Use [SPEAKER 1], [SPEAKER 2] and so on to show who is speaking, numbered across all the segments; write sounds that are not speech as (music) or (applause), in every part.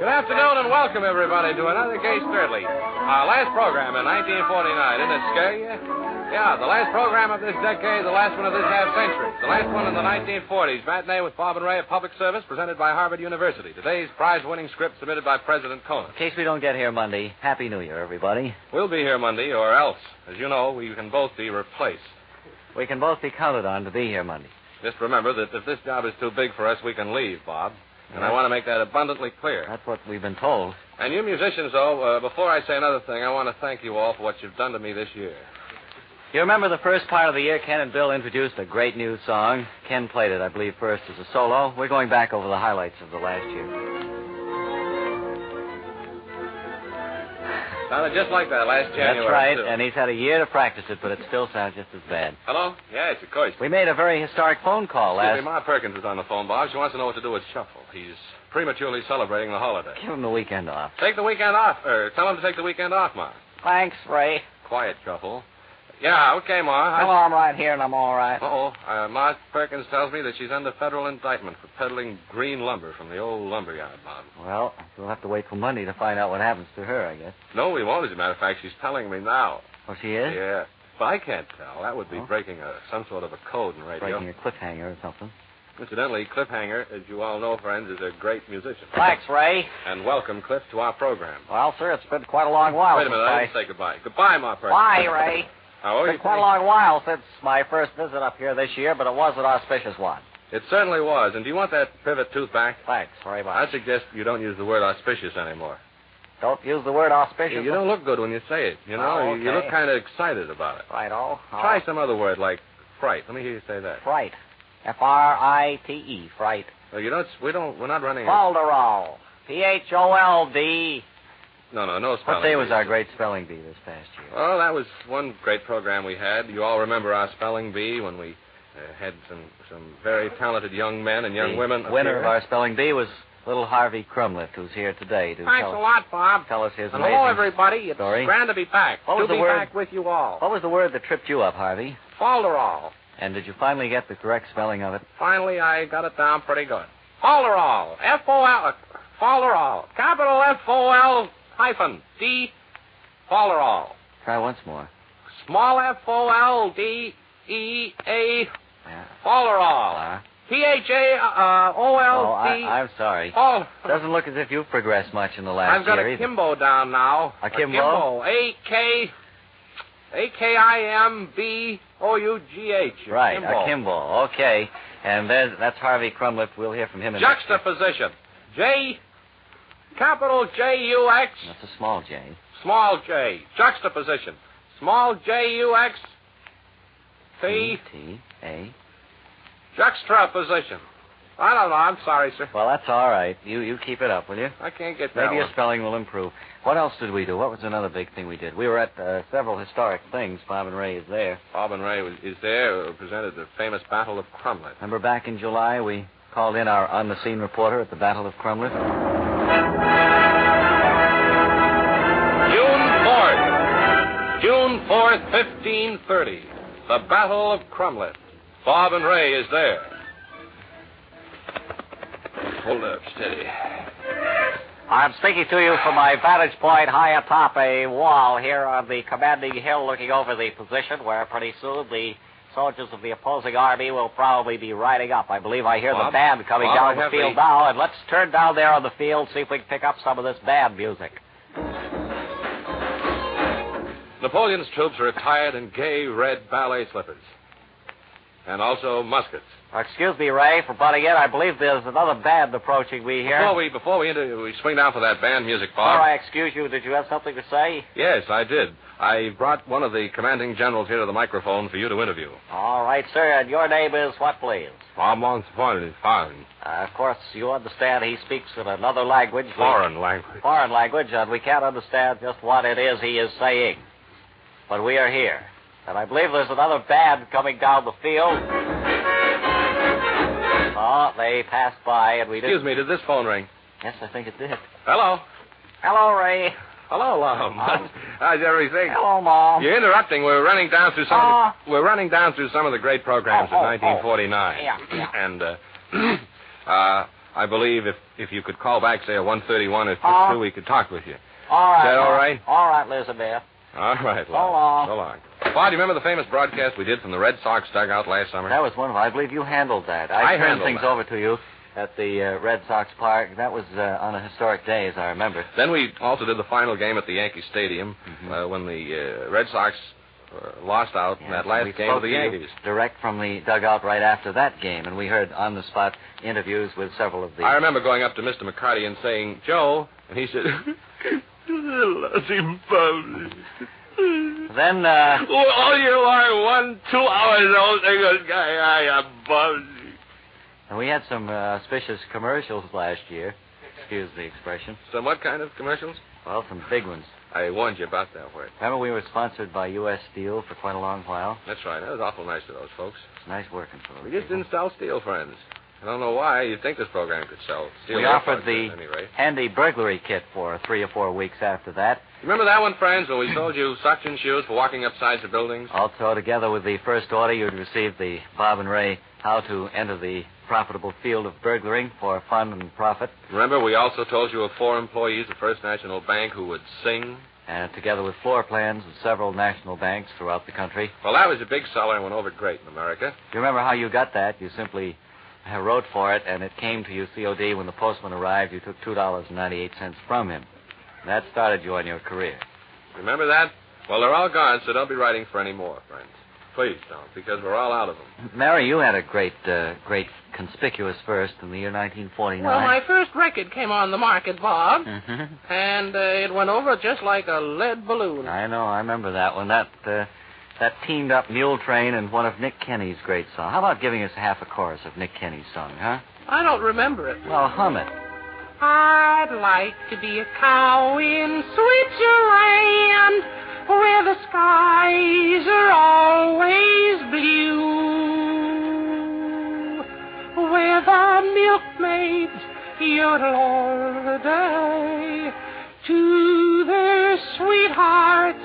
[SPEAKER 1] Good afternoon and welcome, everybody, to another Case Thirdly. Our last program in 1949. Didn't it scare you? Yeah, the last program of this decade, the last one of this half century, the last one in the 1940s. Matinee with Bob and Ray of Public Service, presented by Harvard University. Today's prize winning script submitted by President Conan.
[SPEAKER 2] In case we don't get here Monday, Happy New Year, everybody.
[SPEAKER 1] We'll be here Monday, or else. As you know, we can both be replaced.
[SPEAKER 2] We can both be counted on to be here Monday.
[SPEAKER 1] Just remember that if this job is too big for us, we can leave, Bob. And I
[SPEAKER 2] Yeah.
[SPEAKER 1] want to make that abundantly clear.
[SPEAKER 2] That's what we've been told.
[SPEAKER 1] And you musicians, though, uh, before I say another thing, I want to thank you all for what you've done to me this year.
[SPEAKER 2] You remember the first part of the year, Ken and Bill introduced a great new song. Ken played it, I believe, first as a solo. We're going back over the highlights of the last year.
[SPEAKER 1] Sounded just like that last January.
[SPEAKER 2] That's right,
[SPEAKER 1] too.
[SPEAKER 2] and he's had a year to practice it, but it still sounds just as bad.
[SPEAKER 1] Hello? Yes, of course.
[SPEAKER 2] We made a very historic phone call
[SPEAKER 1] Excuse me, Ma
[SPEAKER 2] last.
[SPEAKER 1] Perkins is on the phone, Bob. She wants to know what to do with Shuffle. He's prematurely celebrating the holiday.
[SPEAKER 2] Give him the weekend off.
[SPEAKER 1] Take the weekend off, or tell him to take the weekend off, Ma.
[SPEAKER 2] Thanks, Ray.
[SPEAKER 1] Quiet, Shuffle. Yeah, okay, Ma. I-
[SPEAKER 2] I'm right here, and I'm all right.
[SPEAKER 1] Uh-oh. Uh, Ma Perkins tells me that she's under federal indictment for peddling green lumber from the old lumber yard, Bob.
[SPEAKER 2] Well, we'll have to wait for Monday to find out what happens to her, I guess.
[SPEAKER 1] No, we won't, as a matter of fact. She's telling me now.
[SPEAKER 2] Oh, she is?
[SPEAKER 1] Yeah. But I can't tell. That would be
[SPEAKER 2] Oh.
[SPEAKER 1] breaking a, some sort of a code in radio.
[SPEAKER 2] Breaking a cliffhanger or something.
[SPEAKER 1] Incidentally, Cliff Hanger, as you all know, friends, is a great musician.
[SPEAKER 2] Thanks, Ray.
[SPEAKER 1] And welcome, Cliff, to our program.
[SPEAKER 2] Well, sir, it's been quite a long while.
[SPEAKER 1] Wait a minute. I
[SPEAKER 2] since
[SPEAKER 1] didn't say goodbye. Goodbye, Ma
[SPEAKER 2] I...
[SPEAKER 1] Perkins.
[SPEAKER 2] Why, Ray?
[SPEAKER 1] (laughs) How are
[SPEAKER 2] It's
[SPEAKER 1] you?
[SPEAKER 2] been quite a long while since my first visit up here this year, but it was an auspicious one.
[SPEAKER 1] It certainly was. And do you want that pivot tooth back?
[SPEAKER 2] Thanks, Ray. Much.
[SPEAKER 1] I suggest you don't use the word auspicious anymore.
[SPEAKER 2] Don't use the word auspicious.
[SPEAKER 1] You don't look good when you say it. You know,
[SPEAKER 2] Oh,
[SPEAKER 1] You- you
[SPEAKER 2] okay.
[SPEAKER 1] look kind of excited about it.
[SPEAKER 2] Right, oh.
[SPEAKER 1] Try some other word like fright. Let me hear you say that.
[SPEAKER 2] Fright. F R I T E. Fright.
[SPEAKER 1] No, you don't. We don't. We're not running. a-
[SPEAKER 2] Oh. Folderol. P H O L D.
[SPEAKER 1] No, no, no spelling.
[SPEAKER 2] What day was
[SPEAKER 1] bee.
[SPEAKER 2] our great spelling bee this past year?
[SPEAKER 1] Well, that was one great program we had. You all remember our spelling bee when we uh, had some some very talented young men and young
[SPEAKER 2] the
[SPEAKER 1] women.
[SPEAKER 2] winner
[SPEAKER 1] appear.
[SPEAKER 2] of our spelling bee was little Harvey Crumlift, who's here today to
[SPEAKER 1] Thanks
[SPEAKER 2] tell,
[SPEAKER 1] a lot, Bob.
[SPEAKER 2] tell us his
[SPEAKER 1] And
[SPEAKER 2] amazing...
[SPEAKER 1] hello, everybody. It's
[SPEAKER 2] story.
[SPEAKER 1] grand to be back.
[SPEAKER 2] What was
[SPEAKER 1] to
[SPEAKER 2] the
[SPEAKER 1] be
[SPEAKER 2] word?
[SPEAKER 1] back with you all.
[SPEAKER 2] What was the word that tripped you up, Harvey?
[SPEAKER 1] Folderol.
[SPEAKER 2] And did you finally get the correct spelling of it?
[SPEAKER 1] Finally, I got it down pretty good. Folderol. F O L. Folderol. Capital F O L hyphen D. Folderol.
[SPEAKER 2] Try once more.
[SPEAKER 1] Small F O L D E A.
[SPEAKER 2] Yeah.
[SPEAKER 1] Folderol.
[SPEAKER 2] Uh,
[SPEAKER 1] P H A uh, O
[SPEAKER 2] oh,
[SPEAKER 1] L D.
[SPEAKER 2] I, I'm sorry.
[SPEAKER 1] Oh,
[SPEAKER 2] Doesn't look as if you've progressed much in the last
[SPEAKER 1] I've got
[SPEAKER 2] year
[SPEAKER 1] a
[SPEAKER 2] either.
[SPEAKER 1] Kimbo down now.
[SPEAKER 2] A Kimbo?
[SPEAKER 1] A K. A K I M B O U G H.
[SPEAKER 2] Right, a Kimball. Okay. And there's, that's Harvey Crumlift. We'll hear from him in
[SPEAKER 1] Juxtaposition. J. Capital J U X.
[SPEAKER 2] That's a small J.
[SPEAKER 1] Small J. Juxtaposition. Small J U X. T.
[SPEAKER 2] T. A. Mm-hmm.
[SPEAKER 1] Juxtaposition. I don't know. I'm sorry, sir.
[SPEAKER 2] Well, that's all right. You you keep it up, will you?
[SPEAKER 1] I can't get that
[SPEAKER 2] Maybe your
[SPEAKER 1] one.
[SPEAKER 2] spelling will improve. What else did we do? What was another big thing we did? We were at uh, several historic things. Bob and Ray is there.
[SPEAKER 1] Bob and Ray was, is there, uh, presented the famous Battle of Crumlin.
[SPEAKER 2] Remember back in July, we called in our on the scene reporter at the Battle of Crumlift?
[SPEAKER 1] June 4th. June 4th, 1530. The Battle of Crumlin. Bob and Ray is there. Hold up, steady.
[SPEAKER 2] I'm speaking to you from my vantage point high atop a wall here on the commanding hill looking over the position where pretty soon the soldiers of the opposing army will probably be riding up. I believe I hear
[SPEAKER 1] Bob?
[SPEAKER 2] the band coming
[SPEAKER 1] Bob,
[SPEAKER 2] down
[SPEAKER 1] I
[SPEAKER 2] the
[SPEAKER 1] have
[SPEAKER 2] field
[SPEAKER 1] the-
[SPEAKER 2] now, and let's turn down there on the field, see if we can pick up some of this band music.
[SPEAKER 1] Napoleon's troops are attired in gay red ballet slippers. And also muskets.
[SPEAKER 2] Excuse me, Ray, for butting in. I believe there's another band approaching me here.
[SPEAKER 1] Before we before we, inter- we swing down for that band music, Bob.
[SPEAKER 2] Before I excuse you, did you have something to say?
[SPEAKER 1] Yes, I did. I brought one of the commanding generals here to the microphone for you to interview.
[SPEAKER 2] All right, sir, and your name is what, please?
[SPEAKER 1] Farmland foreign, foreign,
[SPEAKER 2] Uh, of course, you understand he speaks in another language. We-
[SPEAKER 1] foreign language.
[SPEAKER 2] foreign language, and we can't understand just what it is he is saying. But we are here. And I believe there's another band coming down the field. Oh, they passed by, and we
[SPEAKER 1] Excuse
[SPEAKER 2] didn't.
[SPEAKER 1] me, did this phone ring?
[SPEAKER 2] Yes, I think it did.
[SPEAKER 1] Hello.
[SPEAKER 2] Hello, Ray.
[SPEAKER 1] Hello, Lum. How's everything?
[SPEAKER 2] Hello, Mom.
[SPEAKER 1] You're interrupting. We're running down through some.
[SPEAKER 2] Oh.
[SPEAKER 1] of the, we're running down through some of the great programs
[SPEAKER 2] Oh, oh,
[SPEAKER 1] of 1949.
[SPEAKER 2] oh. Yeah, yeah.
[SPEAKER 1] And uh, (clears throat) uh, I believe if if you could call back, say at 1:31 or
[SPEAKER 2] Oh.
[SPEAKER 1] 2, we could talk with you.
[SPEAKER 2] All right.
[SPEAKER 1] Is that all
[SPEAKER 2] Mom.
[SPEAKER 1] right?
[SPEAKER 2] All right, Elizabeth.
[SPEAKER 1] All right, Lum.
[SPEAKER 2] long.
[SPEAKER 1] So long. Bob, do you remember the famous broadcast we did from the Red Sox dugout last summer?
[SPEAKER 2] That was one of I believe you handled that.
[SPEAKER 1] I
[SPEAKER 2] turned
[SPEAKER 1] handled
[SPEAKER 2] things
[SPEAKER 1] that.
[SPEAKER 2] over to you at the uh, Red Sox Park. That was uh, on a historic day, as I remember.
[SPEAKER 1] Then we also did the final game at the Yankee Stadium
[SPEAKER 2] Mm-hmm.
[SPEAKER 1] uh, when the uh, Red Sox uh, lost out in that
[SPEAKER 2] Yes, we
[SPEAKER 1] last game
[SPEAKER 2] spoke
[SPEAKER 1] of the
[SPEAKER 2] to you
[SPEAKER 1] Yankees.
[SPEAKER 2] Direct from the dugout right after that game, and we heard on the spot interviews with several of the.
[SPEAKER 1] I remember going up to Mr. McCarty and saying, Joe, and he said,
[SPEAKER 2] (laughs) Then, uh,
[SPEAKER 1] All you are one, two hours old, nigga, guy, I am buzzing.
[SPEAKER 2] we had some uh, auspicious commercials last year. Excuse the expression.
[SPEAKER 1] Some what kind of commercials?
[SPEAKER 2] Well, some big ones.
[SPEAKER 1] I warned you about that word.
[SPEAKER 2] Remember, we were sponsored by U.S. Steel for quite a long while.
[SPEAKER 1] That's right. That was awful nice of those folks.
[SPEAKER 2] It's nice working for them.
[SPEAKER 1] We just didn't sell steel, friends. I don't know why you'd think this program could sell steel.
[SPEAKER 2] We
[SPEAKER 1] air
[SPEAKER 2] offered
[SPEAKER 1] parts,
[SPEAKER 2] the
[SPEAKER 1] At any rate.
[SPEAKER 2] handy burglary kit for three or four weeks after that.
[SPEAKER 1] Remember that one, friends, when we sold you socks and shoes for walking up sides of buildings?
[SPEAKER 2] Also, together with the first order, you'd receive the Bob and Ray How to Enter the Profitable Field of Burglaring for Fun and Profit.
[SPEAKER 1] Remember, we also told you of four employees of First National Bank who would sing?
[SPEAKER 2] and together with floor plans of several national banks throughout the country.
[SPEAKER 1] Well, that was a big seller and went over great in America.
[SPEAKER 2] Do you remember how you got that? You simply uh, wrote for it, and it came to you COD when the postman arrived. You took $2.98 from him. That started you on your career.
[SPEAKER 1] Remember that? Well, they're all gone, so don't be writing for any more, friends. Please don't, because we're all out of them.
[SPEAKER 2] Mary, you had a great, uh, great conspicuous first in the year 1949.
[SPEAKER 3] Well, my first record came on the market, Bob,
[SPEAKER 2] Mhm.
[SPEAKER 3] and uh, it went over just like a lead balloon.
[SPEAKER 2] I know, I remember that one. That, uh, that teamed up Mule Train and one of Nick Kenny's great songs. How about giving us half a chorus of Nick Kenny's song, huh?
[SPEAKER 3] I don't remember it.
[SPEAKER 2] Well, hum it.
[SPEAKER 3] I'd like to be a cow in Switzerland where the skies are always blue, where the milkmaids yodel all the day to their sweethearts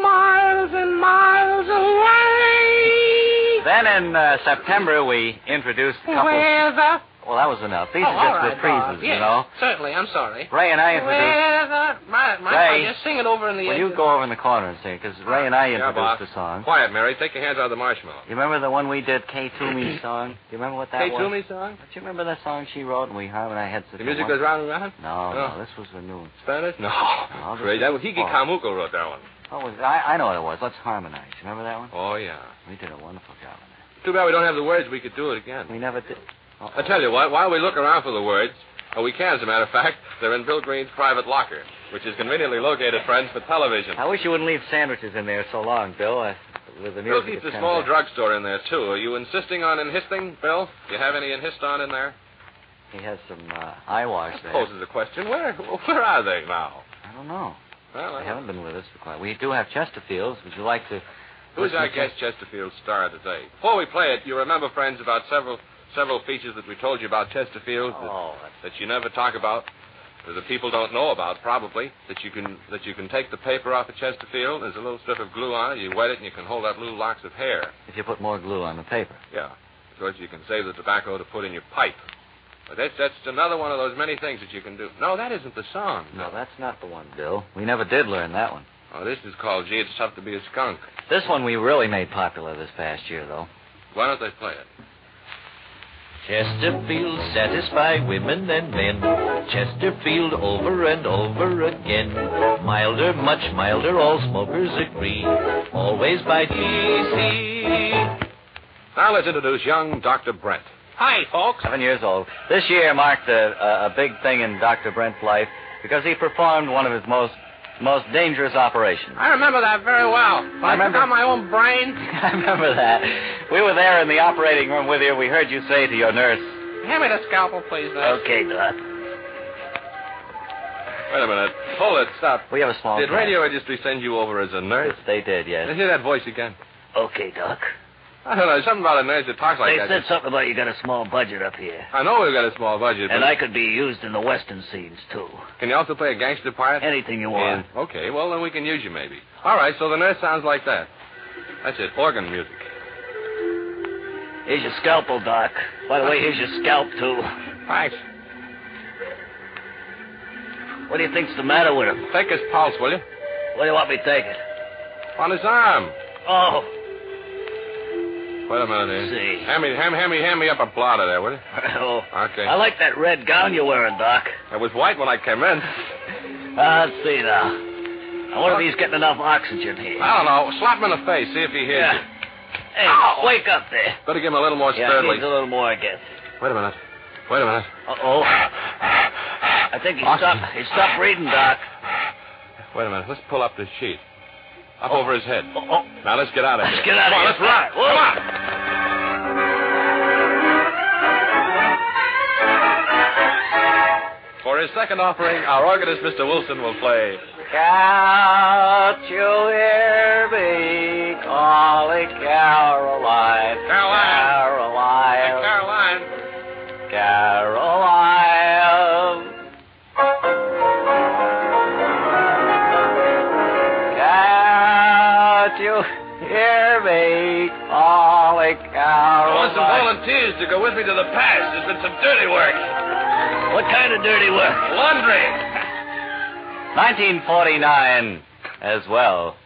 [SPEAKER 3] miles and miles away.
[SPEAKER 2] Then in uh, September, we introduced a couple.
[SPEAKER 3] Where the...
[SPEAKER 2] Well, that was enough. These
[SPEAKER 3] Oh, all
[SPEAKER 2] are just
[SPEAKER 3] right, Bob.
[SPEAKER 2] reprises,
[SPEAKER 3] Yes,
[SPEAKER 2] you know.
[SPEAKER 3] Certainly, I'm sorry.
[SPEAKER 2] Ray and I introduced.
[SPEAKER 3] Well, the- my, my,
[SPEAKER 2] Ray.
[SPEAKER 3] I'll just sing it over in the
[SPEAKER 2] Well,
[SPEAKER 3] edge
[SPEAKER 2] you
[SPEAKER 3] of-
[SPEAKER 2] go over in the corner and sing because Ray and I
[SPEAKER 1] yeah, boss.
[SPEAKER 2] introduced the song.
[SPEAKER 1] Quiet, Mary. Take your hands out of the marshmallow.
[SPEAKER 2] You remember the one we did, Kay Toomey's (coughs) song? Do you remember what that
[SPEAKER 1] Hey,
[SPEAKER 2] was?
[SPEAKER 1] Toomey song?
[SPEAKER 2] Do you remember that song she wrote and we harmonized?
[SPEAKER 1] The music goes Oh. round and round?
[SPEAKER 2] No, no,
[SPEAKER 1] No.
[SPEAKER 2] this was the new one.
[SPEAKER 1] Spanish?
[SPEAKER 2] (laughs)
[SPEAKER 1] No.
[SPEAKER 2] No, this
[SPEAKER 1] Great. That was
[SPEAKER 2] is-
[SPEAKER 1] Hiki Kamuko wrote that one.
[SPEAKER 2] What was I, I know what it was. Let's harmonize. You remember that one?
[SPEAKER 1] Oh, yeah.
[SPEAKER 2] We did a wonderful job on that.
[SPEAKER 1] Too bad we don't have the words. We could do it again.
[SPEAKER 2] We never did.
[SPEAKER 1] I tell you what, while we look around for the words, uh, we can, as a matter of fact, they're in Bill Green's private locker, which is conveniently located, friends, for television.
[SPEAKER 2] I wish you wouldn't leave sandwiches in there so long, Bill. Uh, with the
[SPEAKER 1] Bill
[SPEAKER 2] music.
[SPEAKER 1] keeps
[SPEAKER 2] it's
[SPEAKER 1] a
[SPEAKER 2] kind
[SPEAKER 1] small
[SPEAKER 2] of-
[SPEAKER 1] drugstore in there, too. Are you insisting on enhisting, Bill? Do you have any enhiston in there?
[SPEAKER 2] He has some uh, eye wash there.
[SPEAKER 1] Poses a question. Where where are they now?
[SPEAKER 2] I don't know.
[SPEAKER 1] Well,
[SPEAKER 2] They
[SPEAKER 1] I
[SPEAKER 2] haven't been with us for quite. We do have Chesterfields. Would you like to?
[SPEAKER 1] Who's
[SPEAKER 2] listen
[SPEAKER 1] our
[SPEAKER 2] to-
[SPEAKER 1] guest Chesterfield star today? Before we play it, you remember, friends, about several several features that we told you about Chesterfield that,
[SPEAKER 2] Oh, that's-
[SPEAKER 1] that you never talk about, that the people don't know about, probably. That you can that you can take the paper off of Chesterfield. There's a little strip of glue on it. You wet it, and you can hold out little locks of hair.
[SPEAKER 2] if you put more glue on the paper.
[SPEAKER 1] Yeah. Of course, you can save the tobacco to put in your pipe. But that's, that's another one of those many things that you can do. No, that isn't the song.
[SPEAKER 2] No, that's not the one, Bill. We never did learn that one.
[SPEAKER 1] Oh, this is called Gee, It's Tough to Be a Skunk.
[SPEAKER 2] This one we really made popular this past year, though.
[SPEAKER 1] Why don't they play it?
[SPEAKER 4] Chesterfield satisfy women and men. Chesterfield over and over again. Milder, much milder, all smokers agree. Always by DC.
[SPEAKER 1] Now let's introduce young Dr. Brent.
[SPEAKER 3] Hi, folks.
[SPEAKER 2] Seven years old. This year marked a, a, a big thing in Dr. Brent's life because he performed one of his most most dangerous operations.
[SPEAKER 3] I remember that very well. I,
[SPEAKER 2] remember-
[SPEAKER 3] forgot my own brain.
[SPEAKER 2] I remember that. We were there in the operating room with you. We heard you say to your nurse,
[SPEAKER 3] Hand me the scalpel, please, nurse.
[SPEAKER 2] "Okay, Doc."
[SPEAKER 1] Wait a minute. Hold it. Stop.
[SPEAKER 2] We have a small.
[SPEAKER 1] Did
[SPEAKER 2] class.
[SPEAKER 1] Radio Registry send you over as a nurse?
[SPEAKER 2] They
[SPEAKER 1] Did
[SPEAKER 2] did, yes.
[SPEAKER 1] hear that voice again?
[SPEAKER 2] Okay, Doc.
[SPEAKER 1] I don't know. Something about a nurse that talks like that.
[SPEAKER 4] something about you got a small budget up here.
[SPEAKER 1] I know we've got a small budget, but
[SPEAKER 4] could be used in the western scenes, too.
[SPEAKER 1] can you also play a gangster part?
[SPEAKER 4] Anything you
[SPEAKER 1] And- okay, well, then we can use you maybe. All right, so the nurse sounds like that. That's it, organ music.
[SPEAKER 4] Here's your scalpel, Doc. By the way, here's your scalp, too.
[SPEAKER 1] Thanks.
[SPEAKER 4] What do you think's the matter with him?
[SPEAKER 1] Take his pulse, will you?
[SPEAKER 4] What do you want me to take it?
[SPEAKER 1] On his arm.
[SPEAKER 4] Oh,
[SPEAKER 1] Wait a minute. here.
[SPEAKER 4] See.
[SPEAKER 1] Hand me, hand, hand me, hand me up a blotter there, will you?
[SPEAKER 4] well,
[SPEAKER 1] Okay.
[SPEAKER 4] I like that red gown you're wearing, Doc.
[SPEAKER 1] It was white when I came in.
[SPEAKER 4] Uh, let's see now. I wonder if he's getting enough oxygen here.
[SPEAKER 1] I don't know. Slap him in the face. See if he hears
[SPEAKER 4] Yeah.
[SPEAKER 1] you.
[SPEAKER 4] Hey,
[SPEAKER 1] Oh.
[SPEAKER 4] wake up there.
[SPEAKER 1] Better give him a little more
[SPEAKER 4] Yeah,
[SPEAKER 1] sternly.
[SPEAKER 4] needs a little more, I guess.
[SPEAKER 1] Wait a minute. Wait a minute.
[SPEAKER 4] Uh-oh. I think he stopped, he stopped breathing, Doc.
[SPEAKER 1] Wait a minute. Let's pull up this sheet. Up over his head.
[SPEAKER 4] Oh,
[SPEAKER 1] Now let's get out of
[SPEAKER 4] Let's
[SPEAKER 1] here.
[SPEAKER 4] get out
[SPEAKER 1] Come
[SPEAKER 4] of
[SPEAKER 1] on,
[SPEAKER 4] here.
[SPEAKER 1] Let's rock.
[SPEAKER 4] Whoa.
[SPEAKER 1] Come on. For his second offering, our organist, Mr. Wilson, will play.
[SPEAKER 2] Can't you hear me calling Caroline?
[SPEAKER 1] Hey,
[SPEAKER 2] Caroline.
[SPEAKER 1] Caroline.
[SPEAKER 2] Caroline. Can't you hear me calling
[SPEAKER 1] I want some
[SPEAKER 2] Caroline?
[SPEAKER 1] volunteers to go with me to the pass. There's been some dirty work.
[SPEAKER 4] What kind of dirty work?
[SPEAKER 1] Laundry.
[SPEAKER 2] 1949 as well.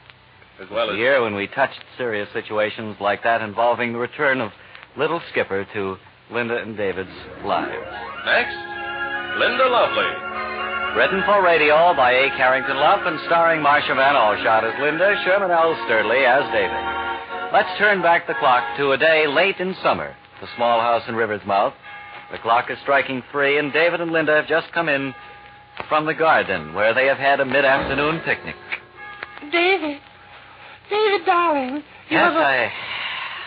[SPEAKER 1] As well
[SPEAKER 2] The
[SPEAKER 1] as.
[SPEAKER 2] year when we touched serious situations like that involving the return of Little Skipper to Linda and David's lives.
[SPEAKER 1] Next, Linda Lovely.
[SPEAKER 2] Written for radio by A. Carrington Luff and starring Marcia Van Alshot as Linda, Sherman L. Sturdley as David. Let's turn back the clock to a day late in summer, the small house in River's Mouth. The clock is striking three, and David and Linda have just come in from the garden where they have had a mid afternoon picnic.
[SPEAKER 3] David. David, darling. You
[SPEAKER 2] Yes,
[SPEAKER 3] have a...
[SPEAKER 2] I,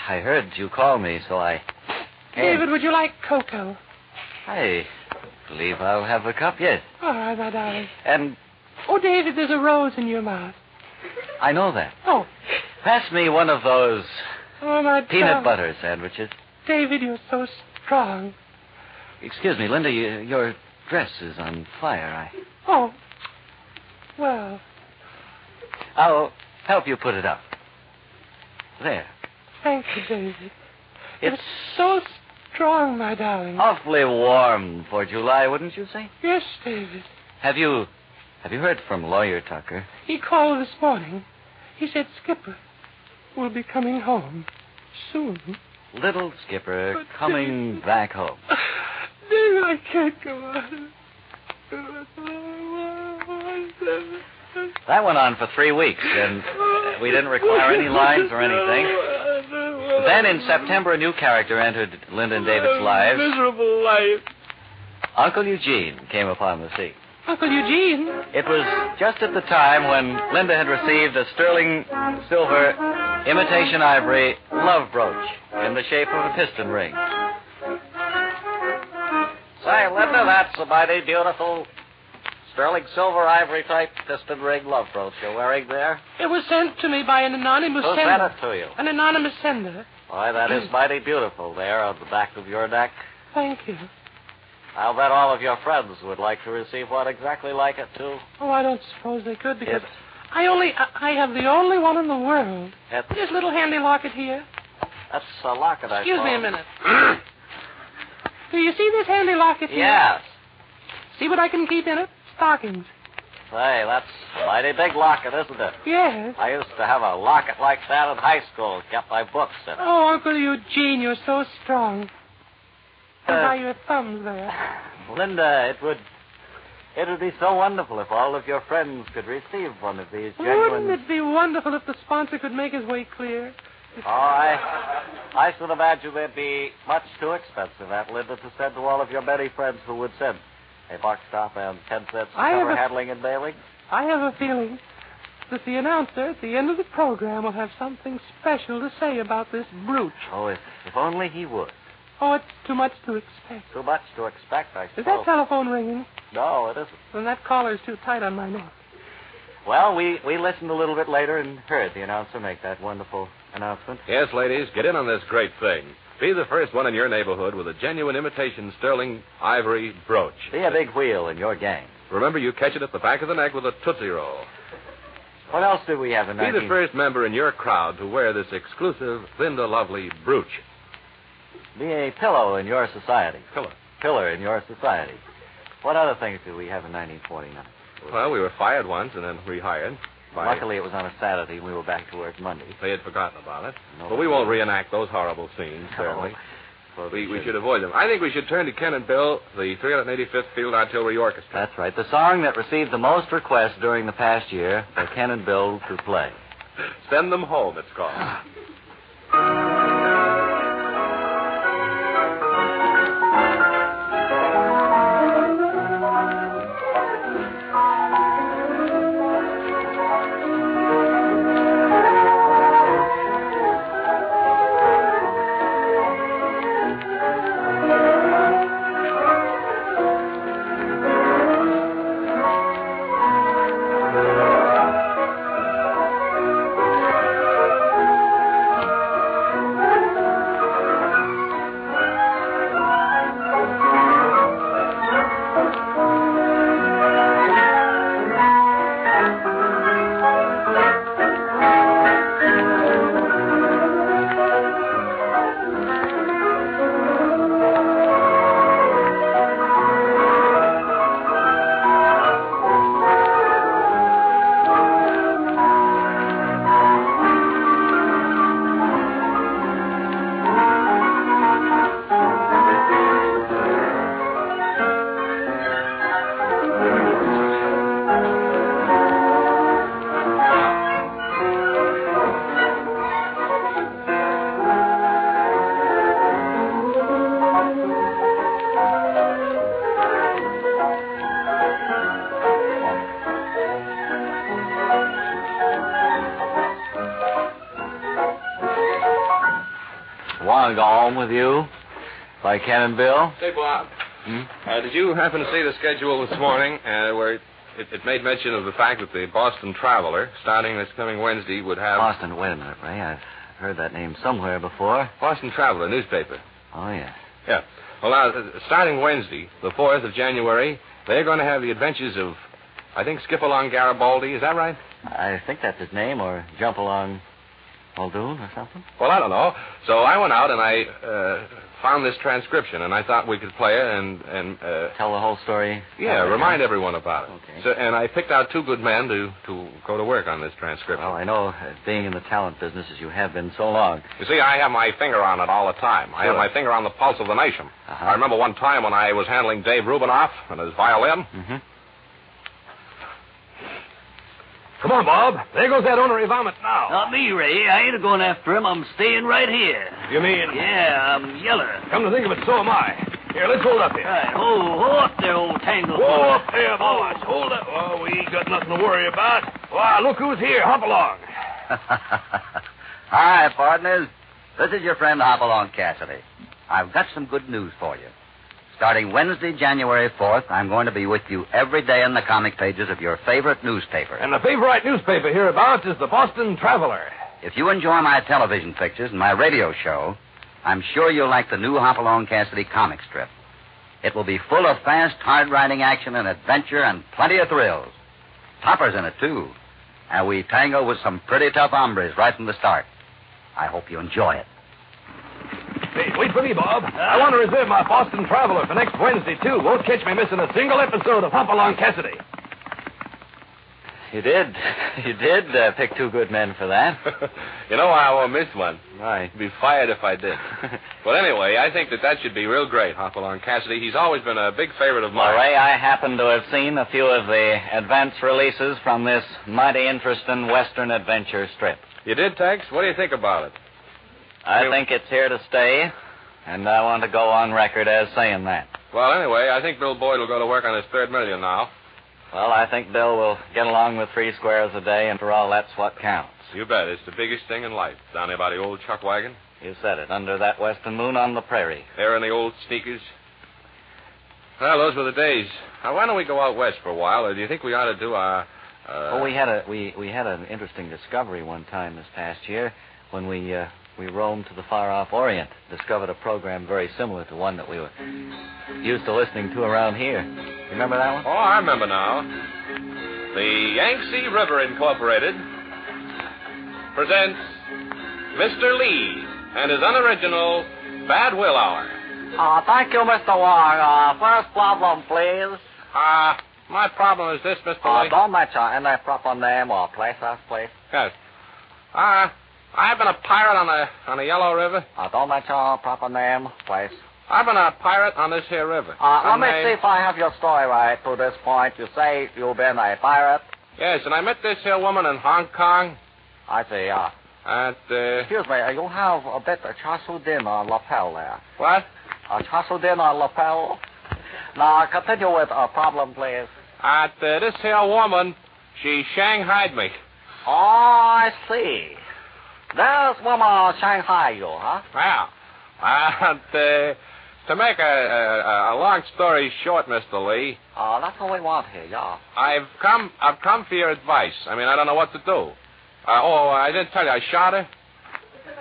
[SPEAKER 2] I heard you call me, so I.
[SPEAKER 3] David, would you like cocoa?
[SPEAKER 2] I believe I'll have a cup, yes.
[SPEAKER 3] All right, my darling.
[SPEAKER 2] And
[SPEAKER 3] Oh, David, there's a rose in your mouth.
[SPEAKER 2] I know that.
[SPEAKER 3] Oh,
[SPEAKER 2] Pass me one of those
[SPEAKER 3] oh my
[SPEAKER 2] peanut
[SPEAKER 3] darling.
[SPEAKER 2] butter sandwiches.
[SPEAKER 3] David, you're so strong.
[SPEAKER 2] Excuse me, Linda, you, your dress is on fire.
[SPEAKER 3] Oh. Well,
[SPEAKER 2] I, I'll help you put it up. There.
[SPEAKER 3] thank you, David. You're
[SPEAKER 2] It's Oh.
[SPEAKER 3] so strong, my darling.
[SPEAKER 2] awfully warm for July, wouldn't you say?
[SPEAKER 3] Yes, David.
[SPEAKER 2] Have you have you heard from lawyer Tucker?
[SPEAKER 3] He called this morning. He said Skipper will be coming home soon.
[SPEAKER 2] Little Skipper
[SPEAKER 3] But-
[SPEAKER 2] coming back home.
[SPEAKER 3] David, I can't go out. of-
[SPEAKER 2] That went on for three weeks, and uh, we didn't require any lines or anything. Then in September, a new character entered Linda and
[SPEAKER 3] Oh,
[SPEAKER 2] David's lives.
[SPEAKER 3] Miserable life.
[SPEAKER 2] Uncle Eugene came upon the scene.
[SPEAKER 3] Uncle Eugene.
[SPEAKER 2] It was just at the time when Linda had received a sterling silver imitation ivory love brooch in the shape of a piston ring. Say, Linda, that's a mighty beautiful sterling silver ivory type piston ring love brooch you're wearing there.
[SPEAKER 3] It was sent to me by an anonymous
[SPEAKER 2] Who sent
[SPEAKER 3] sender.
[SPEAKER 2] it to you?
[SPEAKER 3] An anonymous sender.
[SPEAKER 2] Why, that is mighty beautiful there on the back of your neck.
[SPEAKER 3] Thank you.
[SPEAKER 2] I'll bet all of your friends would like to receive one exactly like it, too.
[SPEAKER 3] Oh, I don't suppose they could because
[SPEAKER 2] It's,
[SPEAKER 3] I only I, I have the only one in the world.
[SPEAKER 2] it's,
[SPEAKER 3] This little handy locket here.
[SPEAKER 2] that's a locket, I
[SPEAKER 3] Excuse me a
[SPEAKER 2] suppose.
[SPEAKER 3] minute. (clears throat) Do you see this handy locket here?
[SPEAKER 2] Yes.
[SPEAKER 3] See what I can keep in it? Stockings.
[SPEAKER 2] Say, that's a mighty big locket, isn't it?
[SPEAKER 3] Yes.
[SPEAKER 2] I used to have a locket like that in high school. Kept my books in it. (sighs)
[SPEAKER 3] Oh, Uncle Eugene, you're so strong.
[SPEAKER 2] Uh,
[SPEAKER 3] How your thumbs there?
[SPEAKER 2] Linda, it would. It would be so wonderful if all of your friends could receive one of these
[SPEAKER 3] Wouldn't
[SPEAKER 2] genuine.
[SPEAKER 3] it be wonderful if the sponsor could make his way clear?
[SPEAKER 2] Oh, I, I should imagine they'd be much too expensive, Aunt Linda, to send to all of your many friends who would send a box top and ten cents for
[SPEAKER 3] I have
[SPEAKER 2] cover
[SPEAKER 3] a-
[SPEAKER 2] handling and mailing.
[SPEAKER 3] I have a feeling that the announcer at the end of the program will have something special to say about this brooch.
[SPEAKER 2] Oh, if, if only he would.
[SPEAKER 3] Oh, it's too much to expect.
[SPEAKER 2] Too much to expect, I
[SPEAKER 3] Is
[SPEAKER 2] suppose.
[SPEAKER 3] that telephone ringing?
[SPEAKER 2] No, it isn't.
[SPEAKER 3] Then that collar's too tight on my neck.
[SPEAKER 2] Well, we, we listened a little bit later and heard the announcer make that wonderful announcement.
[SPEAKER 1] Yes, ladies, get in on this great thing. Be the first one in your neighborhood with a genuine imitation sterling ivory brooch.
[SPEAKER 2] Be a big wheel in your gang.
[SPEAKER 1] Remember, you catch it at the back of the neck with a Tootsie Roll.
[SPEAKER 2] What else did we have in
[SPEAKER 1] Be
[SPEAKER 2] 19...
[SPEAKER 1] the first member in your crowd to wear this exclusive Linda Lovely brooch.
[SPEAKER 2] Be a pillow in your society.
[SPEAKER 1] Pillow.
[SPEAKER 2] Pillar in your society. What other things did we have in 1949?
[SPEAKER 1] Well, we were fired once and then rehired. By...
[SPEAKER 2] Luckily, it was on a Saturday and we were back to work Monday.
[SPEAKER 1] They had forgotten about it.
[SPEAKER 2] No.
[SPEAKER 1] but we won't reenact those horrible scenes, certainly.
[SPEAKER 2] Well,
[SPEAKER 1] We, we should avoid them. I think we should turn to Ken and Bill, the 385th Field Artillery Orchestra.
[SPEAKER 2] That's right. The song that received the most requests during the past year for Ken and Bill to play.
[SPEAKER 1] Send them home, it's called.
[SPEAKER 2] (sighs) Want to go home with you? By Ken and Bill?
[SPEAKER 1] Say, Bob,
[SPEAKER 2] Hmm?
[SPEAKER 1] uh, did you happen to see the schedule this morning uh, where it, it made mention of the fact that the Boston Traveler, starting this coming Wednesday, would have...
[SPEAKER 2] Boston, wait a minute, Ray. I've heard that name somewhere before.
[SPEAKER 1] Boston Traveler newspaper.
[SPEAKER 2] Oh, yes.
[SPEAKER 1] Yeah. Well, now, uh, starting Wednesday, the 4th of January, they're going to have the adventures of, I think, Skip Along Garibaldi. Is that right?
[SPEAKER 2] I think that's his name, or Jump Along Muldoon or something.
[SPEAKER 1] Well, I don't know. So I went out and I uh, found this transcription, and I thought we could play it and and uh,
[SPEAKER 2] Tell the whole story.
[SPEAKER 1] yeah,
[SPEAKER 2] Okay.
[SPEAKER 1] remind everyone about it.
[SPEAKER 2] Okay.
[SPEAKER 1] So, and I picked out two good men to to go to work on this transcription.
[SPEAKER 2] Well, I know uh, being in the talent business as you have been so long.
[SPEAKER 1] You see, I have my finger on it all the time. I have
[SPEAKER 2] Sure.
[SPEAKER 1] my finger on the pulse of the nation.
[SPEAKER 2] Uh-huh.
[SPEAKER 1] I remember one time when I was handling Dave Rubinoff and his violin.
[SPEAKER 2] Mm-hmm.
[SPEAKER 1] Come on, Bob. There goes that ornery vomit now.
[SPEAKER 5] Not me, Ray. I ain't going after him. I'm staying right here.
[SPEAKER 1] You mean?
[SPEAKER 5] Yeah, I'm yeller.
[SPEAKER 1] Come to think of it, so am I. Here, let's hold up
[SPEAKER 2] Uh,
[SPEAKER 1] here.
[SPEAKER 5] Right, ho, ho up there, old tangle.
[SPEAKER 1] Whoa, up there, boys. Hold up. Oh, we ain't got nothing to worry about. Why, look who's here. Hop along.
[SPEAKER 6] (laughs) Hi, partners. This is your friend Hopalong Cassidy. I've got some good news for you. Starting Wednesday, January 4th, I'm going to be with you every day in the comic pages of your favorite newspaper.
[SPEAKER 1] And the favorite newspaper hereabouts is the Boston Traveler.
[SPEAKER 6] If you enjoy my television pictures and my radio show, I'm sure you'll like the new Hopalong Cassidy comic strip. It will be full of fast, hard-riding action and adventure and plenty of thrills. Topper's in it, too. And we tangle with some pretty tough hombres right from the start. I hope you enjoy it.
[SPEAKER 1] Hey, wait for me, Bob. I want to reserve my Boston Traveler for next Wednesday, too. Won't catch me missing a single episode of Hop Along Cassidy.
[SPEAKER 4] You
[SPEAKER 2] (laughs)
[SPEAKER 4] did. You did uh, pick two good men for that.
[SPEAKER 1] (laughs) you know, I won't miss one.
[SPEAKER 4] Right.
[SPEAKER 1] I'd be fired if I did. but anyway, I think that that should be real great, Hopalong Cassidy. He's always been a big favorite of mine.
[SPEAKER 2] Murray, I happen to have seen a few of the advance releases from this mighty interesting Western adventure strip.
[SPEAKER 1] You did, Tex? What do you think about it?
[SPEAKER 2] I
[SPEAKER 1] You-
[SPEAKER 2] think it's here to stay, and I want to go on record as saying that.
[SPEAKER 1] Well, anyway, I think Bill Boyd will go to work on his third million now.
[SPEAKER 2] Well, I think Bill will get along with three squares a day, and for all that's what counts.
[SPEAKER 1] You bet. It's the biggest thing in life. Down there by the old chuck wagon,
[SPEAKER 2] You said it, under that western moon on the prairie.
[SPEAKER 1] there in the old sneakers. Well, those were the days. Now, why don't we go out west for a while, or do you think we ought to do our. Uh...
[SPEAKER 2] Well, we had a we, we had an interesting discovery one time this past year when we uh, we roamed to the far off Orient, discovered a program very similar to one that we were used to listening to around here. Remember that one?
[SPEAKER 1] Oh, I remember now. The Yangtze River Incorporated presents Mr. Lee and his unoriginal Bad Will Hour.
[SPEAKER 2] Uh, thank you, Mr. Wong. Uh, first problem, please.
[SPEAKER 1] Ah, my problem is this, Mr.
[SPEAKER 2] Uh,
[SPEAKER 1] Lee.
[SPEAKER 2] don't mention any proper name or place or place.
[SPEAKER 1] Yes. Ah, I've been a pirate on the on the Yellow River.
[SPEAKER 2] Uh, don't mention a proper name, place.
[SPEAKER 1] I've been a pirate on this here river.
[SPEAKER 2] Uh, let
[SPEAKER 1] Some
[SPEAKER 2] me
[SPEAKER 1] name-
[SPEAKER 2] see if I have your story right to this point. You say you've been a pirate.
[SPEAKER 1] Yes, and I met this here woman in Hong Kong.
[SPEAKER 2] I see, uh.
[SPEAKER 1] At uh,
[SPEAKER 2] Excuse me, uh, you have a bit of chasuddin or lapel there.
[SPEAKER 1] what?
[SPEAKER 2] A chasuddin or lapel? Now, continue with a problem, please.
[SPEAKER 1] At uh, this here woman, she shanghaied me.
[SPEAKER 2] Oh, I see. There's woman Shanghai you, huh?
[SPEAKER 1] Wow. And, uh, (laughs) to make a, a, a long story short, Mr. Lee,
[SPEAKER 2] Uh, that's what we want here, yeah.
[SPEAKER 1] I've come I've come for your advice. I mean, I don't know what to do. Uh, oh, I didn't tell you I shot her.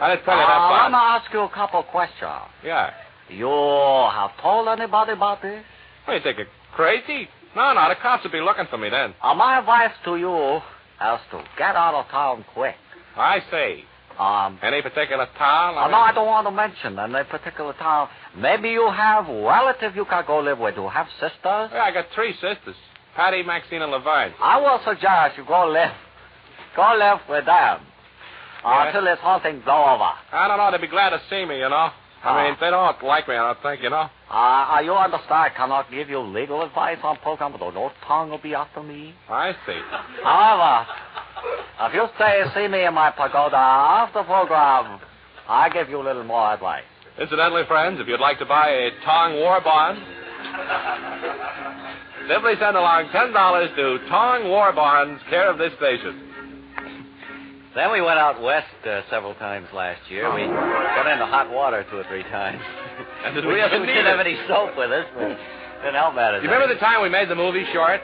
[SPEAKER 1] I didn't tell you
[SPEAKER 2] Uh,
[SPEAKER 1] that
[SPEAKER 2] let me
[SPEAKER 1] part.
[SPEAKER 2] ask you a couple questions.
[SPEAKER 1] Yeah.
[SPEAKER 2] You have told anybody about this?
[SPEAKER 1] What do you think? You're crazy? No, no, the cops would be looking for me then.
[SPEAKER 2] Uh, my advice to you is to get out of town quick.
[SPEAKER 1] I say.
[SPEAKER 2] Um,
[SPEAKER 1] Any particular towel?
[SPEAKER 2] uh, no, I don't want to mention any particular town. Maybe you have relative you can go live with. You have sisters?
[SPEAKER 1] Well, I got three sisters. Patty, Maxine, and Levine.
[SPEAKER 2] I will suggest you go live, go live with them
[SPEAKER 1] Yeah.
[SPEAKER 2] until this whole thing's over.
[SPEAKER 1] I don't know. They'd be glad to see me, you know. I
[SPEAKER 2] Ah.
[SPEAKER 1] mean, they don't like me, I don't think, you know.
[SPEAKER 2] Uh, uh, you understand? I cannot give you legal advice on program, but no tongue will be after me.
[SPEAKER 1] I see.
[SPEAKER 2] However, if you stay and see me in my pagoda after program, I give you a little more advice.
[SPEAKER 1] Incidentally, friends, if you'd like to buy a Tong War
[SPEAKER 2] (laughs)
[SPEAKER 1] Bond, simply send along ten dollars to Tong War Bonds, care of this station.
[SPEAKER 2] Then we went out west uh, several times last year. We got into hot water two or three times.
[SPEAKER 1] (laughs) And did
[SPEAKER 2] we
[SPEAKER 1] we ever
[SPEAKER 2] didn't,
[SPEAKER 1] need
[SPEAKER 2] have
[SPEAKER 1] it?
[SPEAKER 2] any soap with us. But
[SPEAKER 1] (laughs)
[SPEAKER 2] didn't help matters.
[SPEAKER 1] You remember the time we made the movie short?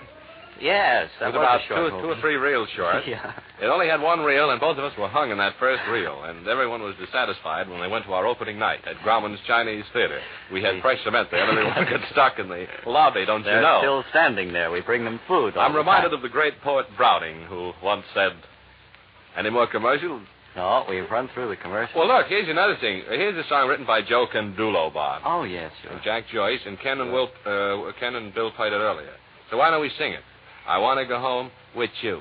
[SPEAKER 2] Yes,
[SPEAKER 1] It
[SPEAKER 2] that
[SPEAKER 1] was
[SPEAKER 2] was
[SPEAKER 1] about
[SPEAKER 2] a
[SPEAKER 1] two,
[SPEAKER 2] short
[SPEAKER 1] two
[SPEAKER 2] movie. (laughs)
[SPEAKER 1] or three reels short.
[SPEAKER 2] Yeah.
[SPEAKER 1] It only had one reel, and both of us were hung in that first reel, and everyone was dissatisfied when they went to our opening night at Grauman's Chinese Theater. We had fresh cement there, and
[SPEAKER 2] (laughs)
[SPEAKER 1] everyone got stuck in the lobby, don't
[SPEAKER 2] They're
[SPEAKER 1] you know?
[SPEAKER 2] still standing there. We bring them food.
[SPEAKER 1] I'm reminded of the great poet Browning, who once said, Any more commercials?
[SPEAKER 2] No, we've run through the commercial.
[SPEAKER 1] Well, look, here's another thing. Here's a song written by Joe Candulo, Bob.
[SPEAKER 2] oh yes, sure.
[SPEAKER 1] Jack Joyce, and Ken and, Will, uh, Ken and Bill played it earlier. So why don't we sing it? I want to go home with you.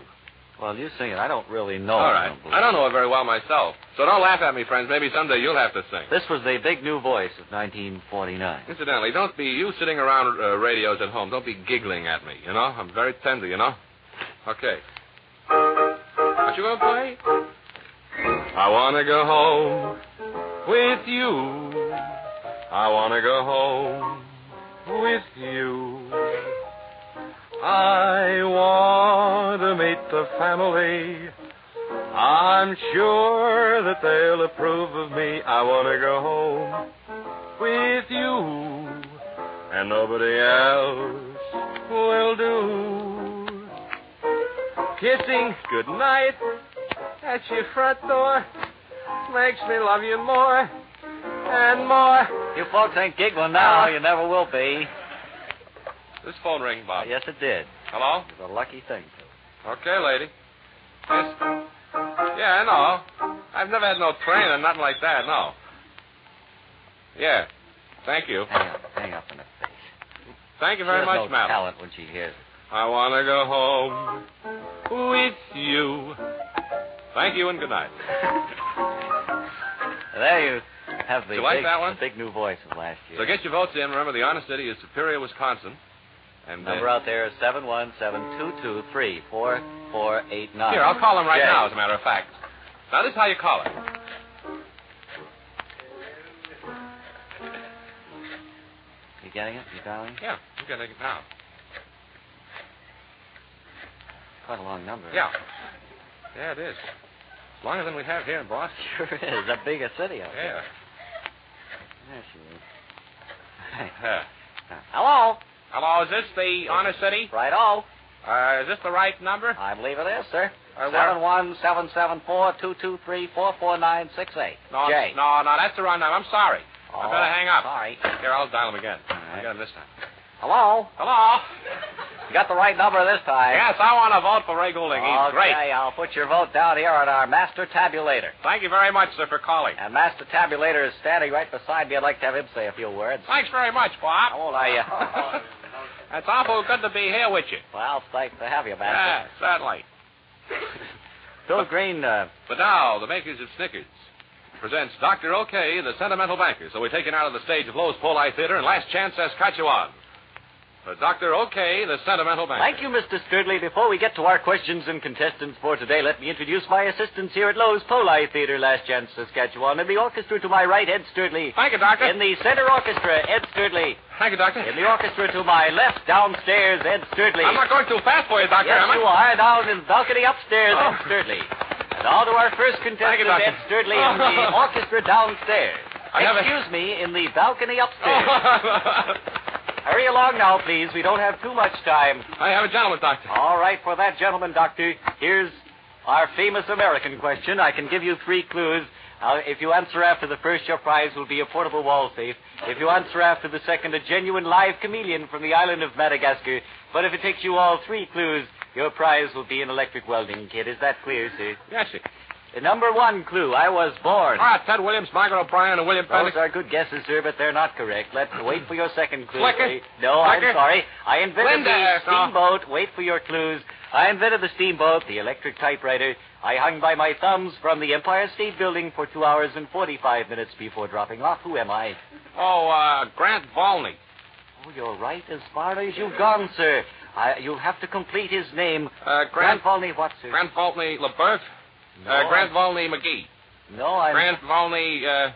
[SPEAKER 2] Well, you sing it. I don't really know.
[SPEAKER 1] All
[SPEAKER 2] I
[SPEAKER 1] right.
[SPEAKER 2] don't believe.
[SPEAKER 1] I don't know it very well myself. So don't laugh at me, friends. Maybe someday you'll have to sing.
[SPEAKER 2] This was the big new voice of 1949.
[SPEAKER 1] Incidentally, don't be you sitting around uh, radios at home. Don't be giggling at me, you know? I'm very tender, you know? Okay. What you gonna play? I wanna go home with you. I wanna go home with you. I wanna meet the family. I'm sure that they'll approve of me. I wanna go home with you, and nobody else will do. Kissing good night at your front door makes me love you more and more.
[SPEAKER 2] You folks ain't giggling
[SPEAKER 1] Uh-huh.
[SPEAKER 2] now. You never will be.
[SPEAKER 1] This phone ring, Bob.
[SPEAKER 2] yes, it did.
[SPEAKER 1] Hello?
[SPEAKER 2] It's a lucky thing.
[SPEAKER 1] Okay, lady. Yes. Yeah, I know. I've never had no training, nothing like that, no. Yeah. Thank you.
[SPEAKER 2] Hang up, hang up in her face.
[SPEAKER 1] Thank you very
[SPEAKER 2] she has
[SPEAKER 1] much,
[SPEAKER 2] no
[SPEAKER 1] madam.
[SPEAKER 2] talent when she hears it.
[SPEAKER 1] I want to go home with you. Thank you and good night.
[SPEAKER 2] There you have the
[SPEAKER 1] You like
[SPEAKER 2] big,
[SPEAKER 1] that one?
[SPEAKER 2] the big new voice of last year.
[SPEAKER 1] So get your votes in. Remember, the honest city is Superior, Wisconsin. And uh,
[SPEAKER 2] Number out there is seven one seven two two three four four eight nine.
[SPEAKER 1] here, I'll call him right
[SPEAKER 2] Jay.
[SPEAKER 1] now, as a matter of fact. Now, this is how you call it.
[SPEAKER 2] You getting it? You dialing?
[SPEAKER 1] Yeah, I'm going to now.
[SPEAKER 2] Quite a long number.
[SPEAKER 1] Yeah. Yeah, it is. It's longer than we have here in Boston.
[SPEAKER 2] Sure is. The biggest city out
[SPEAKER 1] Yeah.
[SPEAKER 2] there. There she is.
[SPEAKER 1] yeah.
[SPEAKER 2] (laughs) Hello.
[SPEAKER 1] Hello, is this the honest city?
[SPEAKER 2] Right o.
[SPEAKER 1] Uh, is this the right number?
[SPEAKER 2] I believe it is, sir.
[SPEAKER 1] Uh, where-
[SPEAKER 2] Seven one seven seven four two two three four four nine six eight.
[SPEAKER 1] No,
[SPEAKER 2] Jay.
[SPEAKER 1] no, no, that's the wrong number. I'm sorry. I
[SPEAKER 2] Oh,
[SPEAKER 1] better hang up.
[SPEAKER 2] Sorry.
[SPEAKER 1] Here, I'll dial him again.
[SPEAKER 2] All right.
[SPEAKER 1] I got him this time.
[SPEAKER 2] Hello.
[SPEAKER 1] Hello?
[SPEAKER 2] You got the right number this time.
[SPEAKER 1] Yes, I want to vote for Ray Goulding. He's
[SPEAKER 2] Okay,
[SPEAKER 1] great.
[SPEAKER 2] I'll put your vote down here on our master tabulator.
[SPEAKER 1] Thank you very much, sir, for calling.
[SPEAKER 2] And Master Tabulator is standing right beside me. I'd like to have him say a few words.
[SPEAKER 1] Thanks very much, Bob.
[SPEAKER 2] How old are you? (laughs)
[SPEAKER 1] It's awful good to be here with you.
[SPEAKER 2] well, it's nice to have you,
[SPEAKER 1] Yeah,
[SPEAKER 2] Master.
[SPEAKER 1] certainly.
[SPEAKER 2] Bill Green, uh,
[SPEAKER 1] But now, the makers of Snickers presents Dr. O.K., the sentimental banker. So we're taken out of the stage of Lowe's Poli Theater and Last Chance Saskatchewan. For Dr. O.K., the sentimental banker.
[SPEAKER 2] thank you, Mr. Sturdley. Before we get to our questions and contestants for today, let me introduce my assistants here at Lowe's Poli Theater, Last Chance, Saskatchewan. In the orchestra to my right, Ed Sturdley.
[SPEAKER 1] Thank you, Doctor.
[SPEAKER 2] In the center orchestra, Ed Sturdley.
[SPEAKER 1] Thank you, Doctor.
[SPEAKER 2] In the orchestra to my left, downstairs, Ed Sturdley.
[SPEAKER 1] I'm not going too fast for you, Doctor,
[SPEAKER 2] Yes,
[SPEAKER 1] am I?
[SPEAKER 2] you are. Down in the balcony upstairs,
[SPEAKER 1] Oh.
[SPEAKER 2] Ed Sturdley. Now to our first contestant,
[SPEAKER 1] you, Doctor. Oh.
[SPEAKER 2] Ed Sturdley, in the orchestra downstairs.
[SPEAKER 1] I have a-
[SPEAKER 2] Excuse me, in the balcony upstairs.
[SPEAKER 1] Oh,
[SPEAKER 2] Hurry along now, please. We don't have too much time.
[SPEAKER 1] (laughs) I have a gentleman, Doctor.
[SPEAKER 2] All right, for that gentleman, Doctor, here's our famous American question. I can give you three clues. Uh, if you answer after the first, your prize will be a portable wall safe. If you answer after the second, a genuine live chameleon from the island of Madagascar. But if it takes you all three clues, your prize will be an electric welding kit. Is that clear, sir?
[SPEAKER 1] Yes, sir.
[SPEAKER 2] The number one clue, I was born.
[SPEAKER 1] All right, Ted Williams, Margaret O'Brien, and William
[SPEAKER 2] Those
[SPEAKER 1] Pendleton.
[SPEAKER 2] are good guesses, sir, but they're not correct. Let's wait for your second clue.
[SPEAKER 1] Flicker?
[SPEAKER 2] please. No,
[SPEAKER 1] Flicker?
[SPEAKER 2] I'm sorry. I invented
[SPEAKER 1] Linda, uh,
[SPEAKER 2] the
[SPEAKER 1] no.
[SPEAKER 2] steamboat. Wait for your clues. I invented the steamboat, the electric typewriter. I hung by my thumbs from the Empire State Building for two hours and 45 minutes before dropping off. Who am I?
[SPEAKER 1] Oh, uh, Grant Volney.
[SPEAKER 2] Oh, you're right as far as you've gone, sir. I, you'll have to complete his name.
[SPEAKER 1] Uh, Grant,
[SPEAKER 2] Volney what, sir?
[SPEAKER 1] Grant Volney LeBeuf.
[SPEAKER 2] no,
[SPEAKER 1] uh, Grant Volney McGee.
[SPEAKER 2] No, I'm...
[SPEAKER 1] Grant Volney, uh,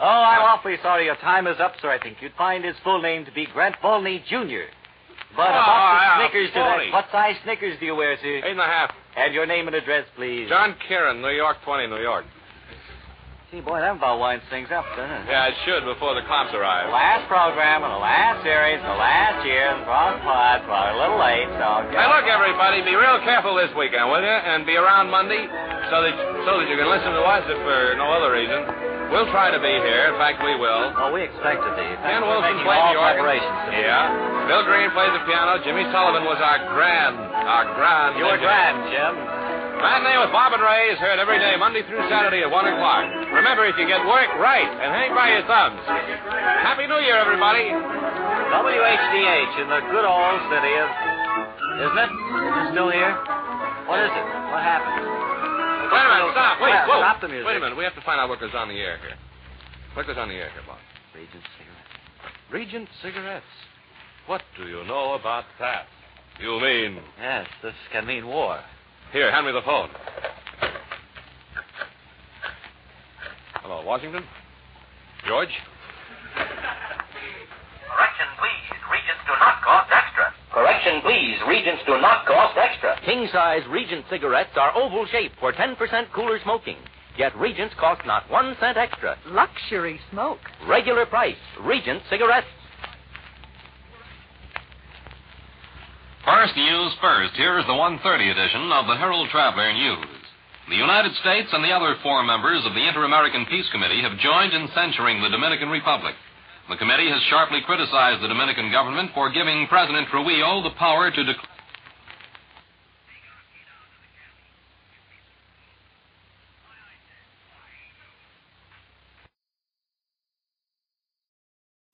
[SPEAKER 2] Oh, I'm awfully sorry. Your time is up, sir. I think you'd find his full name to be Grant Volney, Jr. But a
[SPEAKER 1] Oh,
[SPEAKER 2] box
[SPEAKER 1] yeah,
[SPEAKER 2] of Snickers to
[SPEAKER 1] Volney.
[SPEAKER 2] that. What size Snickers do you wear, sir?
[SPEAKER 1] eight and a half.
[SPEAKER 2] And your name and address, please.
[SPEAKER 1] John Kieran, New York 20, New York.
[SPEAKER 2] Gee, boy, that about winds things up, doesn't it?
[SPEAKER 1] Yeah, it should before the cops
[SPEAKER 2] The
[SPEAKER 1] arrive.
[SPEAKER 2] last program and the last series and the last year and the wrong pod, brought a little late, so...
[SPEAKER 1] Hey, look, everybody, be real careful this weekend, will you? And be around Monday so that, so that you can listen to us if for no other reason. We'll try to be here. In fact, we will.
[SPEAKER 2] Well, we expected these.
[SPEAKER 1] Dan
[SPEAKER 2] We're
[SPEAKER 1] Wilson
[SPEAKER 2] making
[SPEAKER 1] played the
[SPEAKER 2] all
[SPEAKER 1] organ.
[SPEAKER 2] preparations to be-
[SPEAKER 1] Yeah. Bill Green played the piano. Jimmy Sullivan was our grand, our grand.
[SPEAKER 2] You were
[SPEAKER 1] leader.
[SPEAKER 2] grand, Jim.
[SPEAKER 1] Matinee with Bob and Ray is heard every day, Monday through Saturday at 1 o'clock. Remember, if you get work, right, and hang by your thumbs. Happy New Year, everybody.
[SPEAKER 2] WHDH in the good old city of. Isn't it? Is it still here? What is it? What happened?
[SPEAKER 1] Wait a minute, stop. Wait,
[SPEAKER 2] Well,
[SPEAKER 1] whoa.
[SPEAKER 2] stop the music.
[SPEAKER 1] Wait a minute, we have to find out what goes on the air here. What goes on the air here, Bob?
[SPEAKER 2] Regent cigarette.
[SPEAKER 1] Regent cigarettes. What do you know about that? You mean.
[SPEAKER 2] Yes, this can mean war.
[SPEAKER 1] Here, hand me the phone. Hello, Washington? George?
[SPEAKER 7] Correction, please. Regents do not cost extra. Correction, please. Regents do not cost extra.
[SPEAKER 2] King size Regent cigarettes are oval shaped for 10% cooler smoking. Yet Regents cost not one cent extra.
[SPEAKER 8] Luxury smoke.
[SPEAKER 2] Regular price, Regent cigarettes.
[SPEAKER 9] First news first. Here is the 1:30 edition of the Herald Traveler News. The United States and the other four members of the Inter-American Peace Committee have joined in censuring the Dominican Republic. The committee has sharply criticized the Dominican government for giving President Trujillo the power to declare